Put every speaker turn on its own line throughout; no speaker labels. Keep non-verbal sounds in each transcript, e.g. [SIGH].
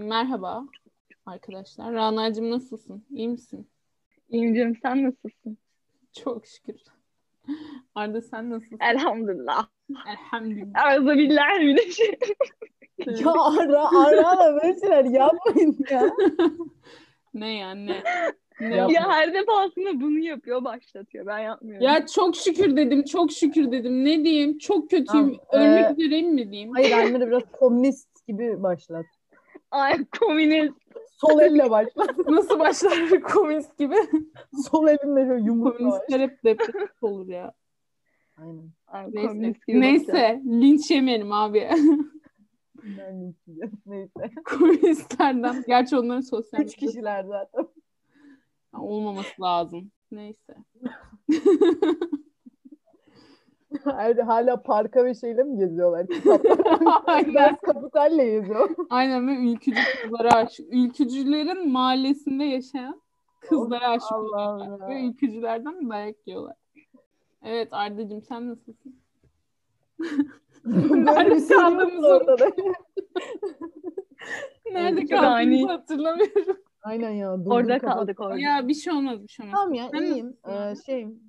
Merhaba arkadaşlar. Rana'cığım nasılsın? İyi misin?
İyiyim canım sen nasılsın?
Çok şükür. [LAUGHS] Arda sen nasılsın?
Elhamdülillah.
Elhamdülillah.
Elhamdülillah bir şey.
Ya ara ara da böyle şeyler yapmayın ya.
Ne ya ne? Ne
Ya-
ya?
ya her defasında bunu yapıyor başlatıyor ben yapmıyorum.
ya çok şükür dedim, çok şükür dedim. Ne diyeyim? Çok kötüyüm.
Tamam,
Ölmek üzereyim mi diyeyim?
Ah, e- Hayır Aymer'e biraz komünist gibi başlat.
Ay komünist.
Sol elle başlat.
[LAUGHS] Nasıl başlar bir komünist
[LAUGHS]
gibi?
Sol elinle şöyle yumrukla başlat.
Komünistler hep depresif olur ya.
Aynen.
Ay,
Neyse,
komünist gibi bakıyor.
Neyse linç yemeyelim abi. [LAUGHS]
Ben de ikinciyim. [LAUGHS] Neyse.
Komünistlerden. Gerçi onların sosyal
Üç
medyası
kişiler zaten.
olmaması lazım. Neyse. [LAUGHS]
[LAUGHS] Her- Hala parka ve şeyle mi geziyorlar? Kitaplar.
Aynen.
ben kapitalle geziyorum.
Aynen ve [LAUGHS] ülkücü kızlara aşık. Ülkücülerin mahallesinde yaşayan kızlara aşık oluyorlar.
Allah'ım
Ve
ya.
ülkücülerden dayak yiyorlar. Evet Arda'cığım sen nasılsın?
Böyle bir şey yok
kaldığımızı-
ortada.
Nerede
çok ani.
kaldığımızı hatırlamıyorum.
Aynen ya. durdum
Orada
kapat-
kaldık orada.
ya bir şey olmaz bir şey olmaz.
Tamam ya
Sen
iyiyim.
nasılsın abi?
Ee, şeyim.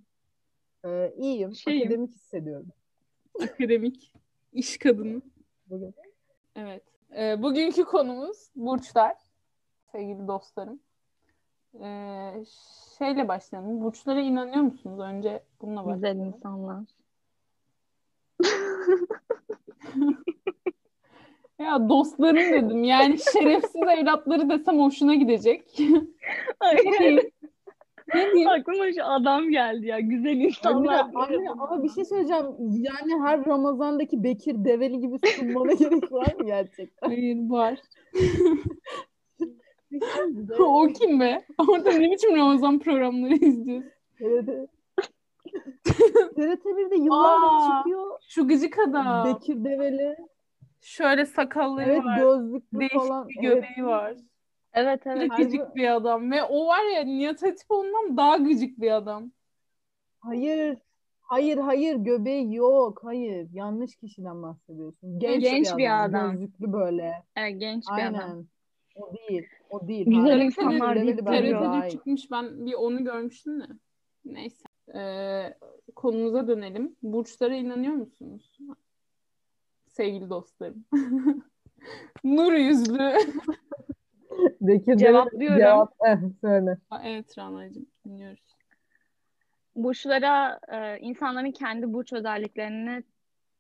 Ee, iyiyim.
Şeyim.
Akademik hissediyorum.
Ah. Akademik, iş kadını.
Bugün.
Evet. Ee, bugünkü konumuz burçlar. Sevgili dostlarım. Ee, şeyle başlayalım. Burçlara inanıyor musunuz? Önce bununla
Güzel
başlayalım.
insanlar.
Ya dostlarım dedim. [LAUGHS] Yani şerefsiz evlatları desem hoşuna gidecek.
Ay,
Ne diyeyim? Ne diyeyim?
aklıma şu adam geldi ya. Güzel
Amine,
insanlar.
Amine, ama bir şey söyleyeceğim. Yani her Ramazan'daki Bekir Develi gibi sunmana [LAUGHS] gerek var mı gerçekten?
Hayır var.
şey
[LAUGHS]
o kim be? [LAUGHS] Orada ne biçim Ramazan programları izliyorsun?
[LAUGHS] TRT TRT1'de yıllardır
Aa,
çıkıyor.
Şu gıcık adam.
Bekir Develi.
Şöyle sakalları
Evet
var.
gözlüklü
Değişik
falan.
bir
Evet.
göbeği var.
Evet
Böyle
evet.
Harbi.
gıcık bir adam. Ve o var ya Nihat Hatipoğlu'ndan daha gıcık bir adam.
Hayır. Hayır hayır göbeği yok. Hayır yanlış kişiden bahsediyorsun. Genç,
Genç
bir,
bir
adam,
adam.
Gözlüklü böyle.
evet genç bir
Aynen.
adam.
O değil. O değil.
Güzel
Hayır.
insanlar
Develi
deyip
bence
duruyor.
daha
TRT'de
iyi.
çıkmış. Ben bir onu görmüştüm de. Neyse. Ee, konumuza dönelim. Burçlara inanıyor musunuz? Sevgili dostlarım. [LAUGHS] Nur yüzlü. [LAUGHS]
Bekir Develi-
Cevaplıyorum.
Cevap. Eh, söyle.
Aa, Evet Rana'cığım dinliyoruz.
burçlara e, insanların kendi burç özelliklerini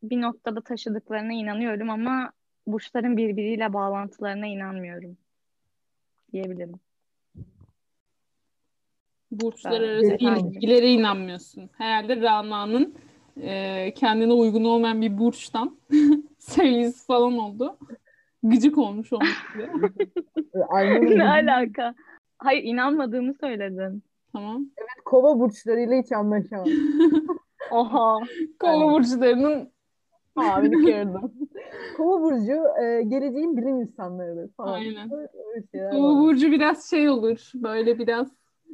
bir noktada taşıdıklarına inanıyorum ama burçların birbiriyle bağlantılarına inanmıyorum diyebilirim.
Burçlar
Ben-
arası
Ben-
ilişkilere inanmıyorsun. Herhalde Rana'nın e, kendine uygun olmayan bir burçtan [LAUGHS] sevgilisi falan oldu. Gıcık olmuş olmuş
[LAUGHS]
diye.
Aynen.
[LAUGHS]
ne
öyle.
alaka? Hayır inanmadığımı söyledim.
tamam.
Kova burçlarıyla hiç anlaşamam.
[LAUGHS]
Oha.
Kova
Evet.
burçlarının
Abini kırdım. Kova burcu e, geleceğin bilim insanlarıdır falan.
Aynen.
Böyle, öyle şeyler
Kova
var. Ee,
burcu biraz şey olur. Böyle biraz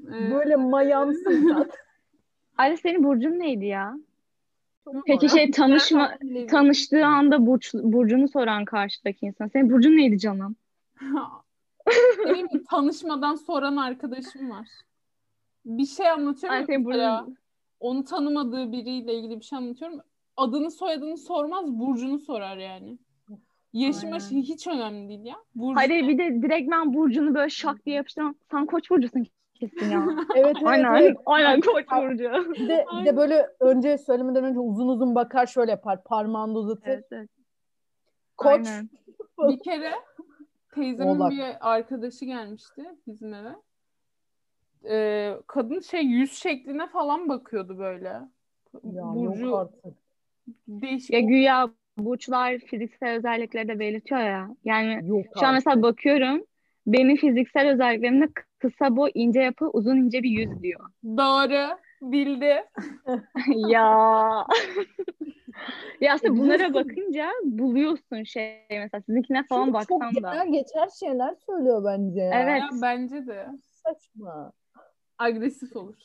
e, [LAUGHS]
Böyle mayamsı tat.
Ayrıca senin burcun neydi ya?
Çok
Peki
maya.
şey tanışma
Ben-
tanıştığı anda burç, burcunu soran karşıdaki insan. Senin burcun neydi canım?
Benim tanışmadan soran arkadaşım var. Bir şey anlatıyorum
Ay
ya
senin
mesela.
burcun.
Onu tanımadığı biriyle ilgili bir şey anlatıyorum. Adını soyadını sormaz, burcunu sorar yani. Yaşım
Aynen.
aşı hiç önemli değil ya. Burcu.
Hayır bir de direkt ben burcunu böyle şak diye yapıştırmam. Sen koç burcusun kesin [LAUGHS] ya.
Evet evet.
Aynen.
evet.
Aynen koç burcu.
Bir de, bir
Aynen.
de böyle önce söylemeden önce uzun uzun bakar şöyle yapar. Parmağını uzatır.
Evet, evet.
Koç.
Aynen.
Bir kere teyzemin
Oğlak.
bir arkadaşı gelmişti bizim eve. Ee, kadın şey yüz şekline falan bakıyordu böyle.
Ya yok
Burcu
artık.
değişik.
Ya güya burçlar fiziksel özellikleri de belirtiyor ya. Yani
Yok
şu an
artık.
mesela bakıyorum. Benim fiziksel özelliklerimde k- kısa boy, ince yapı, uzun ince bir yüz diyor.
Doğru. Bildi.
Ya. ya aslında
E,
bunlara
biliyorsun.
bakınca buluyorsun şey mesela sizinkine falan
Çünkü
baksan
çok
da.
genel geçer şeyler söylüyor bence ya.
Evet.
Ya bence de.
Saçma.
Agresif olur.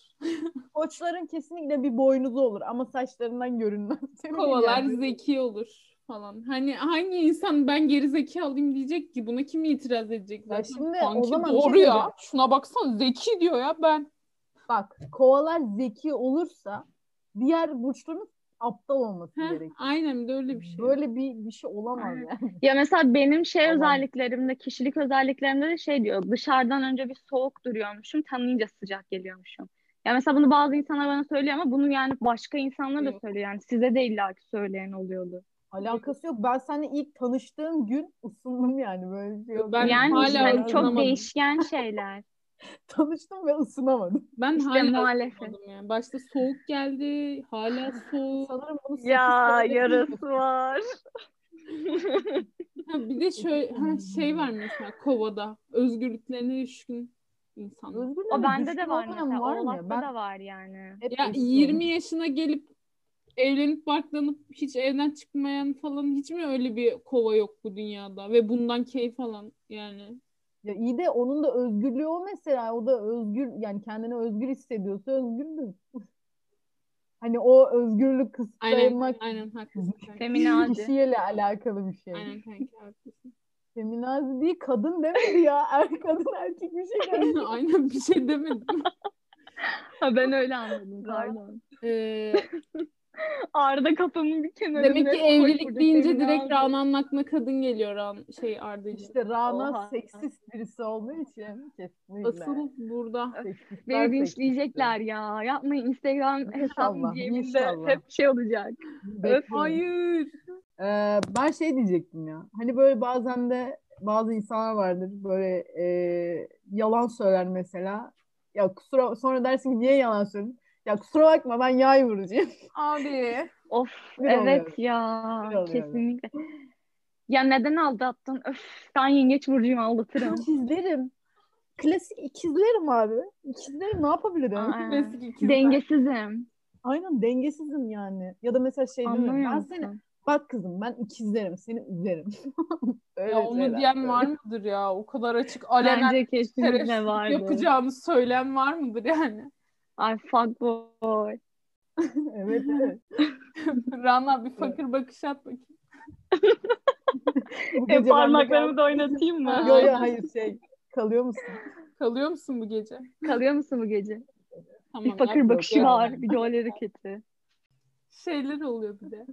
Koçların kesinlikle bir boynuzu olur ama saçlarından görünmez. [LAUGHS]
Kovalar
Yani.
zeki olur falan. Hani hangi insan ben geri zeki alayım diyecek ki buna kim itiraz edecek
Ya
zaten.
şimdi o
Kanki
zaman bir şey
doğru
diyeceğim.
ya. Şuna baksan zeki diyor ya ben.
Bak kovalar zeki olursa diğer burçların aptal olması
Heh,
gerekiyor.
aynen bir de öyle bir şey.
Böyle bir bir şey olamaz
Aynen.
yani. [LAUGHS]
Ya mesela benim şey
Tamam.
özelliklerimde, kişilik özelliklerimde de şey diyor. Dışarıdan önce bir soğuk duruyormuşum, tanıyınca sıcak geliyormuşum. Ya mesela bunu bazı insanlar bana söylüyor ama bunu yani başka insanlar da
Yok.
söylüyor. Yani size de illaki söyleyen oluyordu.
Alakası yok. Ben seninle ilk tanıştığım gün ısındım yani böyle bir şey yok.
Ben
yani
hala
işte hani çok
anlamadım.
değişken şeyler.
tanıştım
[LAUGHS]
ve ısınamadım.
Ben
İşte
hala
muhalefet.
anlamadım yani. Başta soğuk geldi,
[LAUGHS]
hala soğuk.
Sanırım bunu sekiz
Ya
senede
yarası var.
Ha, bir de şöyle ha, şey var mesela kovada. Özgürlüklerine düşkün insanlar.
Özgür
O
dilerim,
bende de
düşkün
var
olmayan
mesela.
var mı?
Oğlak'ta
Ben
da var [LAUGHS] yani.
hep
Ya
istiyorum.
20 yaşına gelip evlenip barklanıp hiç evden çıkmayan falan hiç mi öyle bir kova yok bu dünyada ve bundan keyif alan yani.
Ya iyi de onun da özgürlüğü o mesela. O da özgür yani kendini özgür hissediyorsa özgürdür. [LAUGHS] hani o özgürlük
Aynen
kısıtlamak
aynen haklısın. kanka.
Feminazi.
kişiyle alakalı bir şey.
Aynen kanka haklısın. [LAUGHS]
Feminazi değil kadın demedi ya. [LAUGHS] Er, kadın erkek bir şey demedi.
aynen bir şey demedim.
Ha, ben öyle anladım pardon.
Ee,
Arda kafamın bir kenarında.
demek ki evlilik deyince direkt Rana'nın aklına kadın geliyor Ran şey Arda'cığım.
İşte Rana
Oha.
seksist birisi olduğu için kesinlikle.
Asıl burada.
Seksistler
Beni
seksist.
linçleyecekler ya. Yapmayın Instagram hesabım
İnşallah,
cebimde
inşallah.
hep şey olacak.
Bekliyorum.
Hayır.
Ee, ben şey diyecektim ya. Hani böyle bazen de bazı insanlar vardır böyle e, yalan söyler mesela. Ya kusura sonra dersin ki niye yalan söyledin? Ya kusura bakma ben
[LAUGHS]
yay vurucuyum.
Abi.
Of
Bir
evet
oluyorum.
ya
Bir oluyorum.
kesinlikle. Ya neden aldattın? Öf ben yengeç burcuyum
[LAUGHS]
aldatırım.
İkizlerim. Klasik ikizlerim abi. İkizlerim ne yapabilirim?
Aa,
Klasik ikizler.
Dengesizim.
Aynen dengesizim yani. Ya da mesela şey değil mi?
Anlıyor
Ben seni
musun?
bak kızım ben ikizlerim seni üzerim. [LAUGHS] Öyle
Ya onu
şeyler
diyen
böyle.
var mıdır ya? O kadar açık alenen
Bence kesinlikle
şerefsizlik
vardı.
yapacağını söyleyen var mıdır yani? [LAUGHS]
Ay fuck boy.
[LAUGHS] Evet evet.
Rana bir fakir bakış at bakayım.
Bu
E,
gece bende
parmaklarımı
kal.
da oynatayım mı?
[LAUGHS] Yo yo hayır şey kalıyor musun?
Kalıyor musun bu gece?
Kalıyor musun bu gece?
Tamam,
Bir fakir
abi,
bakışı
yok, yok.
var. Bir gol hareketi.
Şeyler oluyor bir de.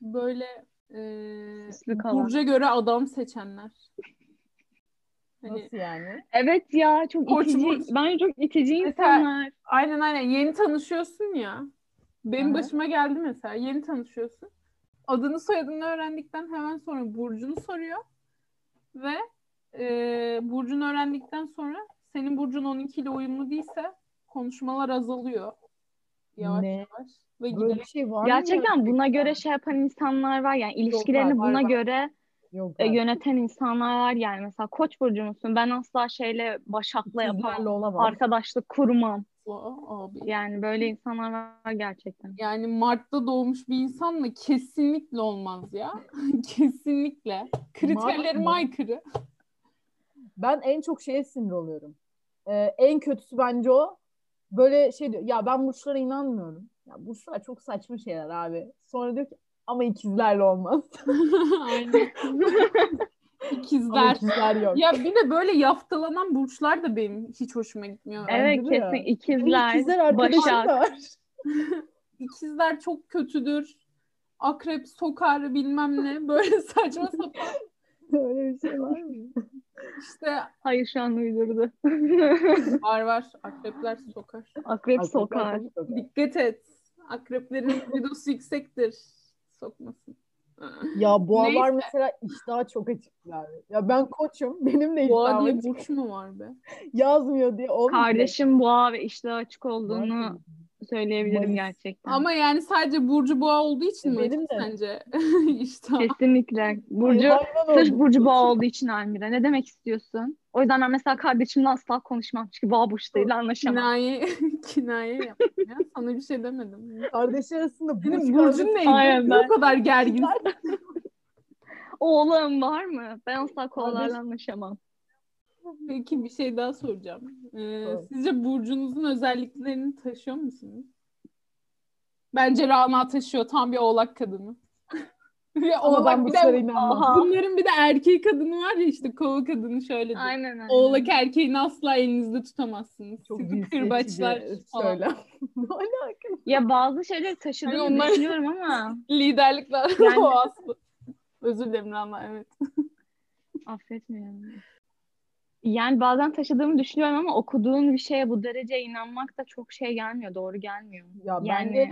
Böyle e,
Süslü kalan.
Burcu'ya göre adam seçenler. Hani,
Nasıl yani?
Evet ya çok
Koç
itici.
burç.
Bence çok itici
Mesela-
insanlar.
aynen aynen yeni tanışıyorsun ya. Benim
Aha.
başıma geldi mesela. Yeni tanışıyorsun. Adını soyadını öğrendikten hemen sonra Burcu'nu soruyor. Ve e, Burcu'nu öğrendikten sonra senin Burcun 12 ile uyumlu değilse konuşmalar azalıyor. Yavaş
Ne?
yavaş. Ve
Böyle
giderek
bir şey var mı?
Gerçekten buna
gerçekten?
göre şey yapan insanlar var yani ilişkilerini
var,
buna
var.
göre
Yok
e,
abi.
yöneten insanlar var yani mesela koç burcu musun? Ben asla şeyle başakla yapamam.
Sizlerle olamam.
Arkadaşlık kurmam.
o abi.
Yani böyle insanlar var gerçekten.
Yani Mart'ta doğmuş bir insanla kesinlikle olmaz ya. [LAUGHS] kesinlikle. Kriterlerime
mı? [LAUGHS]
aykırı. [LAUGHS]
Ben en çok şeye sinir oluyorum. Ee, en kötüsü bence o. Böyle şey diyor. Ya ben burçlara inanmıyorum. Ya burçlar çok saçma şeyler abi. Sonra diyor ki ama ikizlerle olmaz. [LAUGHS]
Aynen.
ama
İkizler.
ikizler yok.
Ya bir de böyle yaftalanan burçlar da benim hiç hoşuma gitmiyor.
Evet
Bence de.
kesin
Benim
ikizler,
ikizler arkadaşım
başak.
da var.
İkizler çok kötüdür. Akrep sokar bilmem ne. Böyle [LAUGHS] saçma sapan
Öyle bir şey var mı?
işte
Hayır şu an uydurdu.
[LAUGHS]
var var. Akrepler sokar.
Akrep sokar.
Arkadaşlar çok sokar.
Dikkat et. Akreplerin videosu yüksektir. Sokmasın.
Ya
Neyse.
boğalar mesela iştah çok açıklar. Ya ben koçum. [LAUGHS] Benim de
Boğa
iştahım
diye
açık.
burç mu var be?
Yazmıyor diye olmuyor.
Kardeşim boğa ve iştah açık olduğunu söyleyebilirim
Mayıs.
gerçekten.
Ama yani sadece Burcu Boğa olduğu için mi
Benim
açık
de.
sence? [LAUGHS] işte
Kesinlikle. Burcu
Hayvan
Sırf
oldum.
Burcu Boğa olduğu için Almira. Ne demek istiyorsun? O yüzden ben mesela kardeşimle asla konuşmam. Çünkü Boğa Burçları'yla anlaşamam.
kinaye, kinaye yaptım ya. Sana bir şey demedim.
Kardeş arasında burç
Senin
kardeş-
Burcun neydi?
Aynen
Niye
ben.
Bu kadar gergin.
Oğlum var mı? Ben asla kovalarla
Kardeş-
anlaşamam.
Peki bir şey daha soracağım. Ee,
Sor.
sizce burcunuzun özelliklerini taşıyor musunuz? Bence Rana taşıyor. Tam bir oğlak kadını. [LAUGHS] Ya
Ama
oğlak
ben
bir
burçlara
de
inanmam.
Aha.
bunların bir de erkek kadını var ya işte kova kadını şöyle diyor.
Aynen aynen.
Oğlak erkeğini asla elinizde tutamazsınız.
Çok
Sizi
cinsiyetçi
kırbaçlar
bir
falan. [LAUGHS]
söylem. [LAUGHS] ne alaka?
Ya bazı şeyleri taşıdığını
Hani onlar-
düşünüyorum
[LAUGHS]
ama
Liderlikle
Yani-
o aslı. Özür dilerim Rana evet.
affetmiyorum. Yani bazen taşıdığımı düşünüyorum ama okuduğun bir şeye bu derece inanmak da çok şey gelmiyor. Doğru gelmiyor.
Ya ben
Yani
de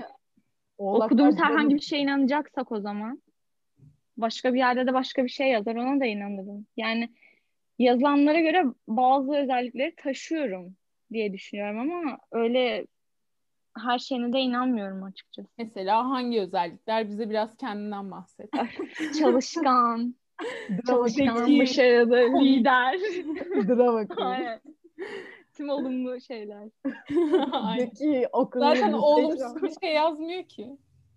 oğlaklar
Okuduğumuz
böyle-
herhangi bir şeye inanacaksak o zaman başka bir yerde de başka bir şey yazar ona da inanırım. Yani yazılanlara göre bazı özellikleri taşıyorum diye düşünüyorum ama öyle her şeyine de inanmıyorum açıkçası.
[LAUGHS]
Mesela hangi özellikler? Bize biraz kendinden bahset.
Çalışkan,
Drama,
çalışkan,
Zeki.
başarılı, lider. [LAUGHS]
drama queen. [LAUGHS]
Aynen. Tüm olumlu şeyler.
Aynen.
Zeki, akıllı,
Zaten
müsteşar.
olumsuz bir şey yazmıyor ki.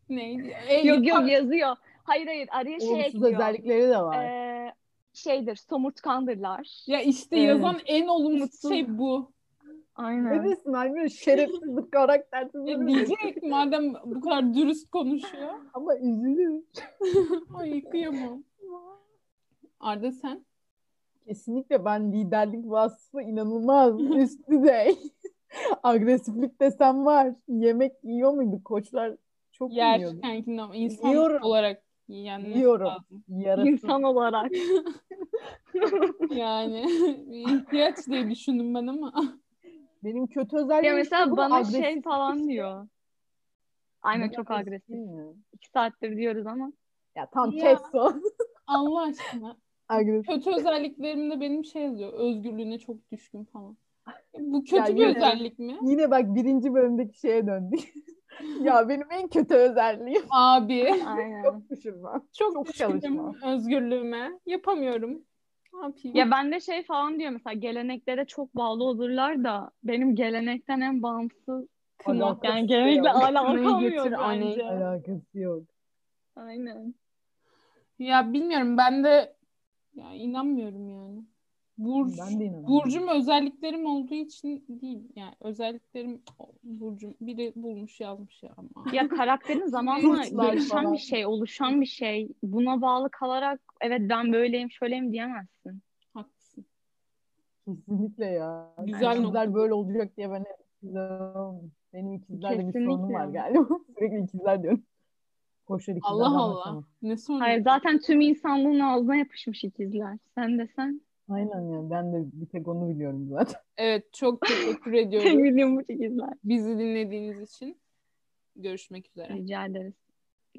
Neydi? E, El
Yok yok yazıyor. Hayır hayır araya şey
Şey, Olumsuz
ekliyor.
özellikleri de var.
Ee, şeydir, somurtkandırlar.
Ya işte
Evet.
yazan en olumsuz
Mutsuz.
şey bu.
Ne
Aynen.
desin Almira? Şerefsizlik,
E,
karaktersizlik.
Ya E, diyecek madem bu kadar dürüst
[LAUGHS]
konuşuyor.
Ama üzülür.
Ay kıyamam. Arda sen?
Kesinlikle ben liderlik
[LAUGHS]
vasfı inanılmaz. Üst düzey. [LAUGHS] Agresiflik desem var. Yemek yiyor muydu? Koçlar çok
Yer
yiyordu.
kenkinden ama insan
Yiyorum.
olarak yenmesi
Yiyorum.
lazım.
Yarası.
İnsan olarak.
Yani [LAUGHS] bir ihtiyaç diye düşündüm ben ama. [LAUGHS]
Benim kötü özelliğim
Ya mesela
işte bu,
bana
agresif
şey falan
işte.
diyor. Aynen
Bu
çok
agresif
agresif.
değil mi?
İki saattir diyoruz
[LAUGHS]
ama.
Ya tam
Ya.
kes son.
Allah aşkına.
[LAUGHS] agresif.
Kötü özelliklerimde benim şey yazıyor. Özgürlüğüne çok düşkün falan. Bu kötü
Ya
bir
yine-
özellik mi?
Yine bak birinci bölümdeki şeye döndük. [LAUGHS] ya benim en kötü özelliğim [LAUGHS]
Abi.
Aynen.
çok düşünmem.
Çok,
Çok
düşkünüm
çalışma.
özgürlüğüme. Yapamıyorum. Ne yapayım?
Ya bende şey falan diyor mesela geleneklere çok bağlı olurlar da benim gelenekten en bağımsız
Kına.
Alakası
yani gelenekle
yok.
alakam
Kınayı
yok
götür, anneyi
bence.
Alakası yok.
Aynen.
Ya bilmiyorum ben de ya inanmıyorum yani. Burç,
Ben de inanamıyorum.
burcum özelliklerim olduğu için değil. Yani özelliklerim burcum biri bulmuş yazmış ya ama.
Ya
[LAUGHS]
karakterin zamanla
Burçlar
gelişen
falan.
bir şey, oluşan bir şey. Buna bağlı kalarak evet ben böyleyim, şöyleyim diyemezsin.
Haklısın.
Kesinlikle ya.
Güzel
Güzel
nokta.
ikizler böyle olacak diye ben hep izliyorum. Benim ikizlerle bir sorunum
Kesinlikle.
var galiba. [LAUGHS] Sürekli ikizler diyorum. Koşar ikizler.
Allah
ben
Allah.
bakamam.
Ne sorun?
Hayır zaten tüm insanlığın ağzına yapışmış ikizler. Sen de sen.
Aynen ya. Ben de bir tek onu biliyorum zaten.
Evet çok teşekkür
Tek [LAUGHS]
ediyorum
bildiğim bu ikizler.
bizi dinlediğiniz için. Görüşmek üzere.
Rica ederiz.